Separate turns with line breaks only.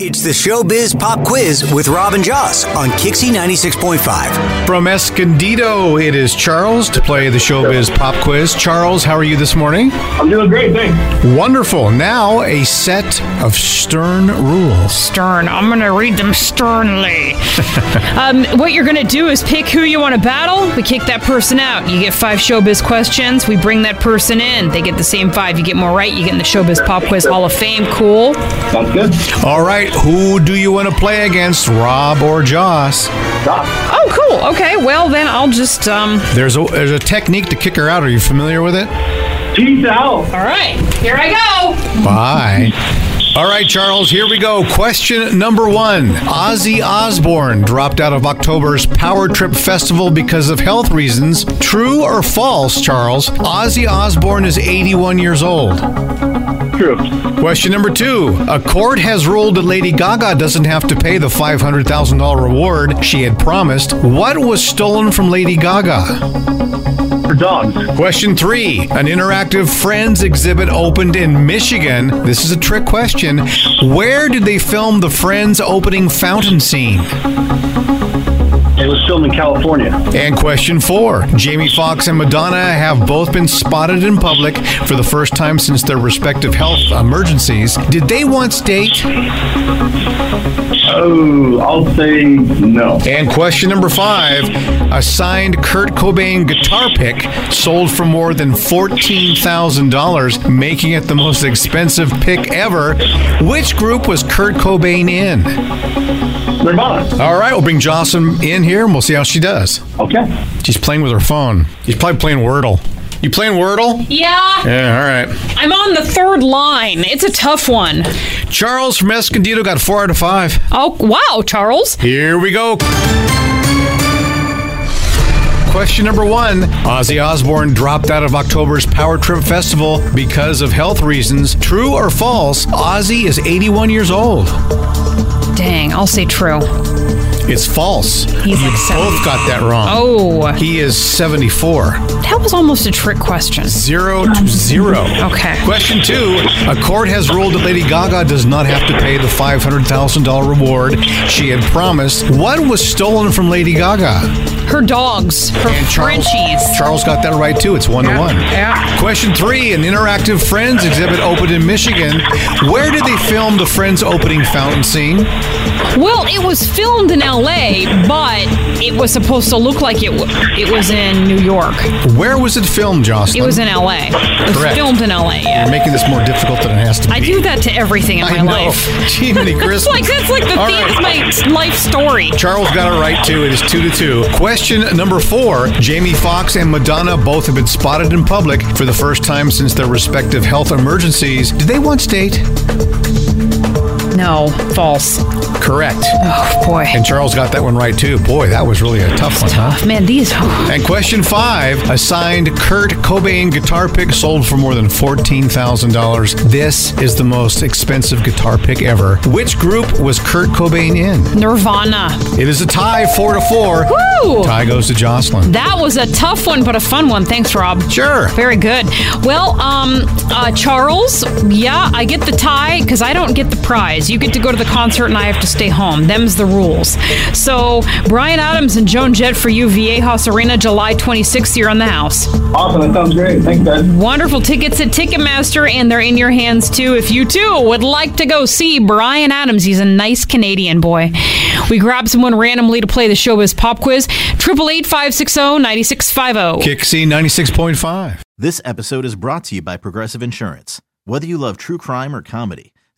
It's the Showbiz Pop Quiz with Robin Joss on Kixie 96.5.
From Escondido, it is Charles to play the Showbiz Pop Quiz. Charles, how are you this morning?
I'm doing great, thanks.
Wonderful. Now, a set of stern rules.
stern. I'm going to read them sternly. um, what you're going to do is pick who you want to battle. We kick that person out. You get five showbiz questions. We bring that person in. They get the same five. You get more right. You get in the Showbiz Pop Quiz Hall of Fame. Cool.
Sounds good.
All right, who do you want to play against, Rob or Joss?
Stop.
Oh, cool. Okay. Well, then I'll just. um
There's a, there's a technique to kick her out. Are you familiar with it?
Peace out.
All right. Here I go.
Bye. All right, Charles, here we go. Question number one. Ozzy Osbourne dropped out of October's Power Trip Festival because of health reasons. True or false, Charles? Ozzy Osbourne is 81 years old.
True.
Question number two. A court has ruled that Lady Gaga doesn't have to pay the $500,000 reward she had promised. What was stolen from Lady Gaga?
For dogs.
Question three An interactive Friends exhibit opened in Michigan. This is a trick question. Where did they film the Friends opening fountain scene?
It was filmed in California.
And question four Jamie Foxx and Madonna have both been spotted in public for the first time since their respective health emergencies. Did they once date?
Oh, I'll say no.
And question number five A signed Kurt Cobain guitar pick sold for more than $14,000, making it the most expensive pick ever. Which group was Kurt Cobain in?
Nirvana.
All right, we'll bring Jocelyn in here and we'll see how she does.
Okay.
She's playing with her phone. She's probably playing Wordle. You playing Wordle?
Yeah.
Yeah, all right.
I'm on the third line. It's a tough one.
Charles from Escondido got four out of five.
Oh, wow, Charles.
Here we go. Question number one Ozzy Osbourne dropped out of October's Power Trip Festival because of health reasons. True or false, Ozzy is 81 years old.
Dang. I'll say true.
It's false.
He's like seven.
Both got that wrong.
Oh,
He is 74.
that was almost a trick question.
Zero to zero.
Um, Okay.
Question two A court has ruled that Lady Gaga does not have to pay the $500,000 reward she had promised. What was stolen from Lady Gaga?
Her dogs, her
And Charles,
Frenchies.
Charles got that right too. It's one to one. Question three: An interactive Friends exhibit opened in Michigan. Where did they film the Friends opening fountain scene?
Well, it was filmed in L.A., but it was supposed to look like it. W- it was in New York.
Where was it filmed, Jocelyn?
It was in L.A. It was
Correct.
filmed in L.A. Yeah.
You're making this more difficult than it has to be.
I do that to everything in my
I know.
life.
Gee, many
That's
Christmas.
like that's like the
All
theme
right.
of my life story.
Charles got it right too. It is two to two. Question number four: Jamie Foxx and Madonna both have been spotted in public for the first time since their respective health emergencies. Did they once date?
No, false.
Correct.
Oh boy,
And Charles got that one right too. Boy, that was really a tough one, huh?
man, these. oh,
And question five, a signed Kurt Cobain guitar pick sold for more than $14,000. This is the most expensive guitar pick ever. Which group was Kurt Cobain in?
Nirvana.
It is a tie, four to four.
Woo!
Tie goes to Jocelyn.
That was a tough one, but a fun one. Thanks, Rob.
Sure.
Very good. Well, um, uh, Charles, yeah, I get the tie because I don't get the prize. You get to go to the concert and I have to stay home. Them's the rules. So, Brian Adams and Joan Jett for you, Viejas Arena, July 26th. You're on the house.
Awesome. That sounds great. Thanks, guys.
Wonderful tickets at Ticketmaster, and they're in your hands too. If you too would like to go see Brian Adams, he's a nice Canadian boy. We grabbed someone randomly to play the showbiz pop quiz. Triple eight five six zero ninety six five oh. zero.
Kick C 96.5.
This episode is brought to you by Progressive Insurance. Whether you love true crime or comedy,